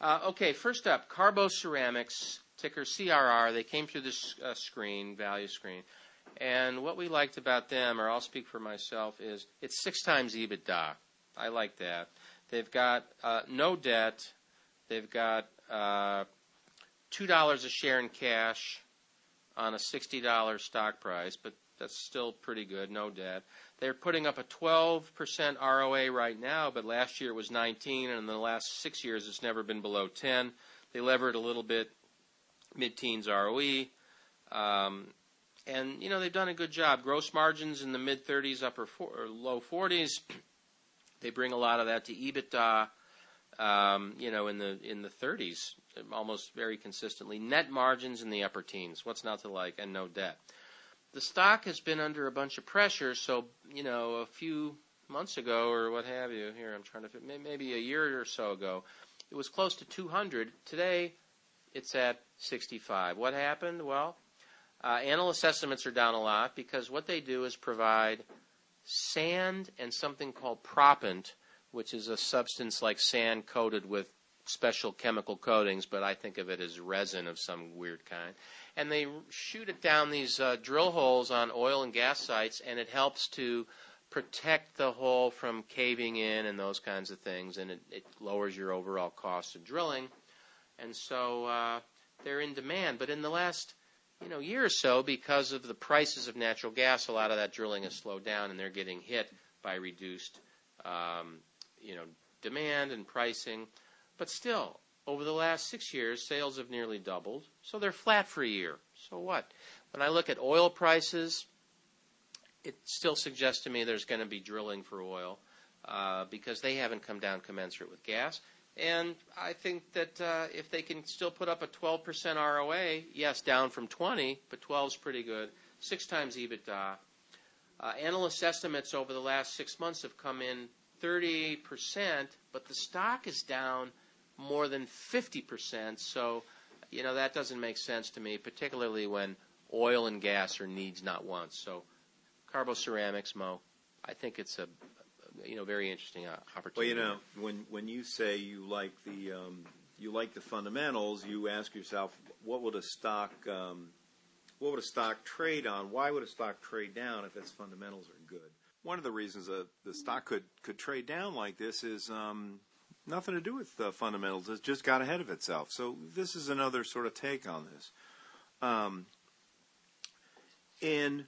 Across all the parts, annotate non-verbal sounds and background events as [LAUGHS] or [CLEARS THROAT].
Uh, okay, first up, Carbo Ceramics, ticker CRR. They came through this uh, screen, value screen. And what we liked about them, or I'll speak for myself, is it's six times EBITDA. I like that. They've got uh, no debt. They've got uh, $2 a share in cash on a $60 stock price, but that's still pretty good, no debt. They're putting up a 12% ROA right now, but last year it was 19, and in the last six years it's never been below 10. They levered a little bit, mid-teens ROE. Um, and you know they've done a good job. Gross margins in the mid 30s, upper four, or low 40s. [CLEARS THROAT] they bring a lot of that to EBITDA. Um, you know, in the in the 30s, almost very consistently. Net margins in the upper teens. What's not to like? And no debt. The stock has been under a bunch of pressure. So you know, a few months ago or what have you. Here, I'm trying to maybe a year or so ago, it was close to 200. Today, it's at 65. What happened? Well, uh, analyst estimates are down a lot because what they do is provide sand and something called propant, which is a substance like sand coated with special chemical coatings, but I think of it as resin of some weird kind. And they shoot it down these uh, drill holes on oil and gas sites, and it helps to protect the hole from caving in and those kinds of things, and it, it lowers your overall cost of drilling. And so uh, they're in demand. But in the last you know, year or so because of the prices of natural gas, a lot of that drilling has slowed down and they're getting hit by reduced, um, you know, demand and pricing. But still, over the last six years, sales have nearly doubled, so they're flat for a year. So what? When I look at oil prices, it still suggests to me there's going to be drilling for oil uh, because they haven't come down commensurate with gas. And I think that uh, if they can still put up a 12% ROA, yes, down from 20, but 12 is pretty good. Six times EBITDA. Uh, analyst estimates over the last six months have come in 30%, but the stock is down more than 50%. So, you know, that doesn't make sense to me, particularly when oil and gas are needs, not wants. So, Carbo Ceramics, Mo, I think it's a you know very interesting uh, opportunity. Well, you know, when when you say you like the um, you like the fundamentals, you ask yourself, what would a stock um, what would a stock trade on? Why would a stock trade down if its fundamentals are good? One of the reasons that the stock could could trade down like this is um, nothing to do with the fundamentals. It just got ahead of itself. So this is another sort of take on this. Um, in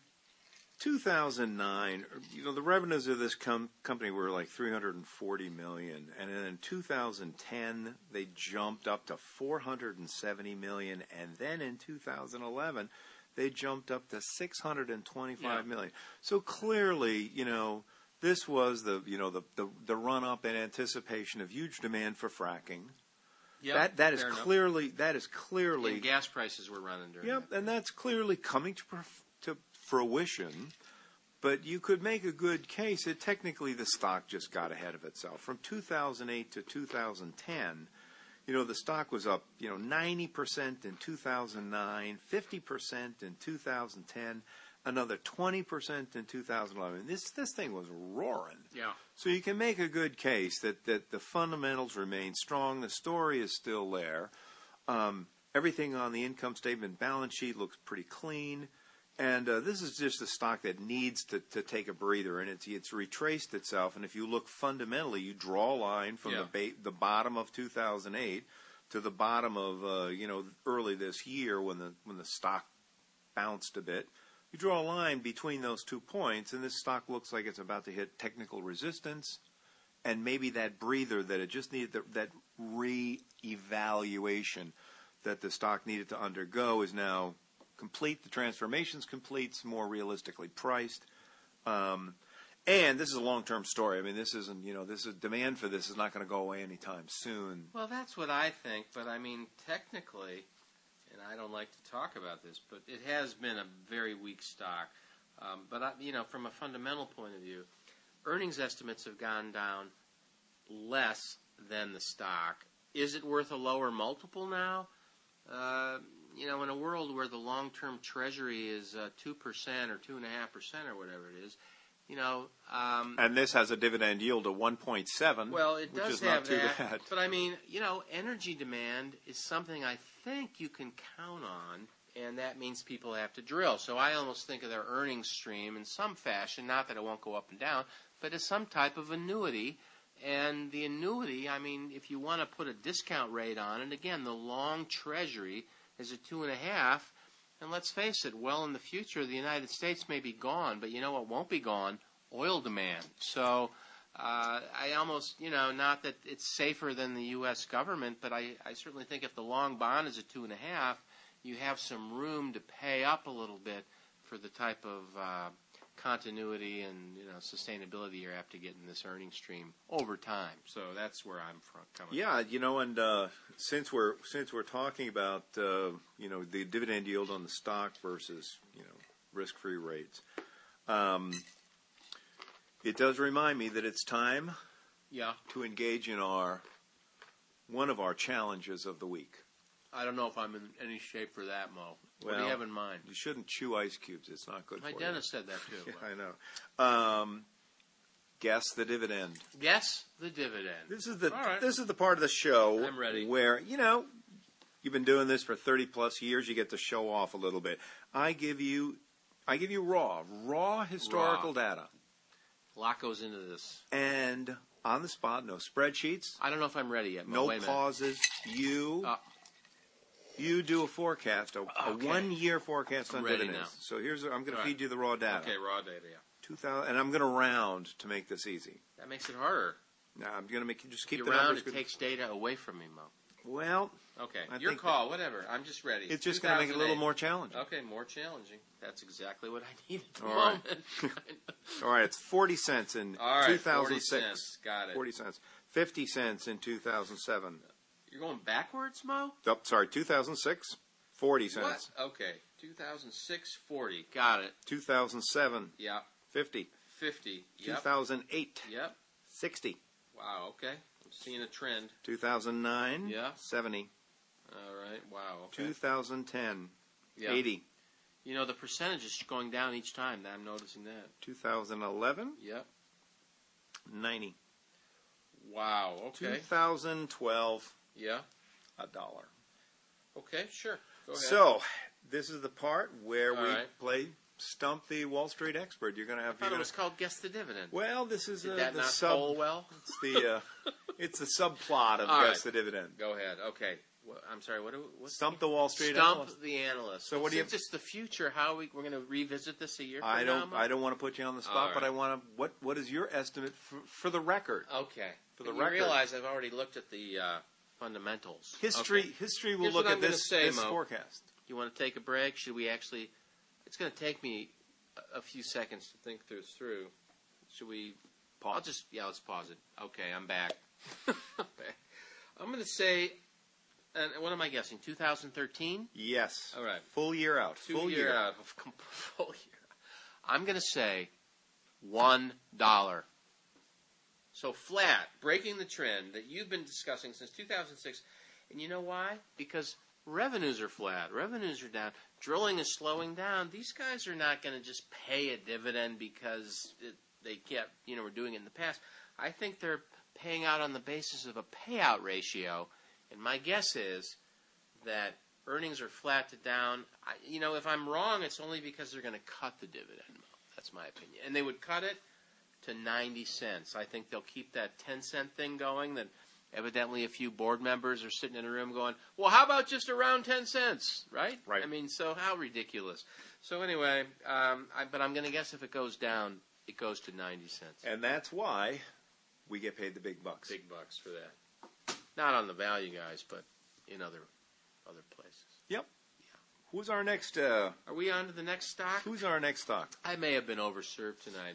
2009, you know, the revenues of this com- company were like 340 million, and then in 2010 they jumped up to 470 million, and then in 2011 they jumped up to 625 yeah. million. So clearly, you know, this was the you know the the, the run up in anticipation of huge demand for fracking. Yep, that that is clearly enough. that is clearly and gas prices were running during. Yep, that. and that's clearly coming to. Perf- to fruition, but you could make a good case that technically the stock just got ahead of itself. From 2008 to 2010, you know, the stock was up, you know, 90% in 2009, 50% in 2010, another 20% in 2011. This this thing was roaring. Yeah. So you can make a good case that that the fundamentals remain strong, the story is still there. Um, everything on the income statement, balance sheet looks pretty clean. And uh, this is just a stock that needs to, to take a breather, and it's it's retraced itself. And if you look fundamentally, you draw a line from yeah. the ba- the bottom of 2008 to the bottom of uh, you know early this year when the when the stock bounced a bit. You draw a line between those two points, and this stock looks like it's about to hit technical resistance, and maybe that breather that it just needed the, that re-evaluation that the stock needed to undergo is now complete. The transformation's complete. It's more realistically priced. Um, and this is a long-term story. I mean, this isn't you know this is demand for this is not going to go away anytime soon. Well, that's what I think. But I mean, technically, and I don't like to talk about this, but it has been a very weak stock. Um, but I, you know, from a fundamental point of view, earnings estimates have gone down less than the stock. Is it worth a lower multiple now? Uh, you know, in a world where the long-term treasury is two uh, percent or two and a half percent or whatever it is, you know, um, And this has a dividend yield of 1.7. well, it which does is have not too that. bad. But I mean, you know, energy demand is something I think you can count on, and that means people have to drill. So I almost think of their earnings stream in some fashion, not that it won't go up and down, but as some type of annuity. And the annuity, I mean, if you want to put a discount rate on it, again, the long treasury is at two and a half. And let's face it, well in the future, the United States may be gone, but you know what won't be gone? Oil demand. So uh, I almost, you know, not that it's safer than the U.S. government, but I, I certainly think if the long bond is at two and a half, you have some room to pay up a little bit for the type of uh, continuity and you know sustainability you're apt to get in this earning stream over time. So that's where I'm from coming. from. Yeah, you know, and uh, since we're since we're talking about uh, you know the dividend yield on the stock versus you know risk-free rates, um, it does remind me that it's time yeah. to engage in our one of our challenges of the week. I don't know if I'm in any shape for that, Mo. what do Well, you have in mind? You shouldn't chew ice cubes; it's not good My for dentist said that too. you. [LAUGHS] Yeah, I know. Um, guess the dividend. Guess the dividend. This is the All right. this is the part of the show I'm ready. where you know you've been doing this for thirty plus years. You get to show off a little bit. I give you I give you raw raw historical data A lot goes into this. and on the spot, no spreadsheets, I don't know if I'm ready yet. Mo. no Oh, Wait a minute. pauses. You Uh, you do a forecast, a, a Okay. one year forecast I'm on ready dividends. So here's I'm going All to right. feed you the raw data. Okay, raw data. Yeah. Two thousand, and I'm going to round to make this easy. That makes it harder. Now I'm going to make you just keep you the round, numbers. it takes data away from me, Mo. well, Okay, I your think call, whatever. I'm just ready. it's just going to make it a little 2008. more challenging. Okay, more challenging. That's exactly what I need at the All right. moment. [LAUGHS] All right, it's 40 cents in All right, 2006. 40 cents. Got it. 40 cents. 50 cents in 2007. You're going backwards, Mo? Oh, sorry, 2006, 40 cents. What? Okay, 2006, 40. Got it. 2007, Yep. 50. 50. Yep. 2008, Yep. 60. Wow, okay. I'm seeing a trend. 2009, Yeah. 70. All right, wow. Okay. 2010, Yeah. 80. You know, the percentage is going down each time. I'm noticing that. 2011, Yep. 90. Wow, okay. 2012, Yeah. a dollar. Okay, sure. Go ahead. So, this is the part where All we right. play Stump the Wall Street Expert. You're going to have. I thought you're it gonna- was called Guess the Dividend. well, this is Did uh, that the not sub. poll well? It's the uh, it's the subplot of All right. Guess the Dividend. Go ahead. Okay. Wha- I'm sorry. What? do- What's Stump the Wall Street. Stump analyst. the analyst. So what do you- Since it's the future, how we we're going to revisit this a year? I from don't. now, I don't want to put you on the All spot, right. but I want to. What What is your estimate for, for the record? Mo? Okay. For the But record. you realize I've already looked at the uh, fundamentals. History Okay. History will Here's look what at I'm gonna this, say, this Mo. forecast. You want to take a break? Should we actually? It's going to take me a- a few seconds to think this through. Should we? I'll just yeah. Let's pause it. Okay, I'm back. [LAUGHS] I'm going to say. And what am I guessing? 2013. Yes. All right. Full year out. Two full year, [LAUGHS] out of com- full year. I'm going to say one dollar. So flat, breaking the trend that you've been discussing since 2006. And you know why? Because revenues are flat. Revenues are down. Drilling is slowing down. These guys are not going to just pay a dividend because it, they kept, you know, were doing it in the past. I think they're paying out on the basis of a payout ratio. And my guess is that earnings are flat to down. I, you know, if I'm wrong, it's only because they're going to cut the dividend. Mo. That's my opinion. And they would cut it to 90 cents. I think they'll keep that 10 cent thing going that evidently a few board members are sitting in a room going, well, how about just around 10 cents, right? Right. I mean, so how ridiculous. So anyway, um, I, but I'm going to guess if it goes down, it goes to 90 cents. And that's why we get paid the big bucks. Big bucks for that. Not on the value guys, but in other other places. Who's our next? Uh, Are we on to the next stock? who's our next stock? I may have been overserved tonight.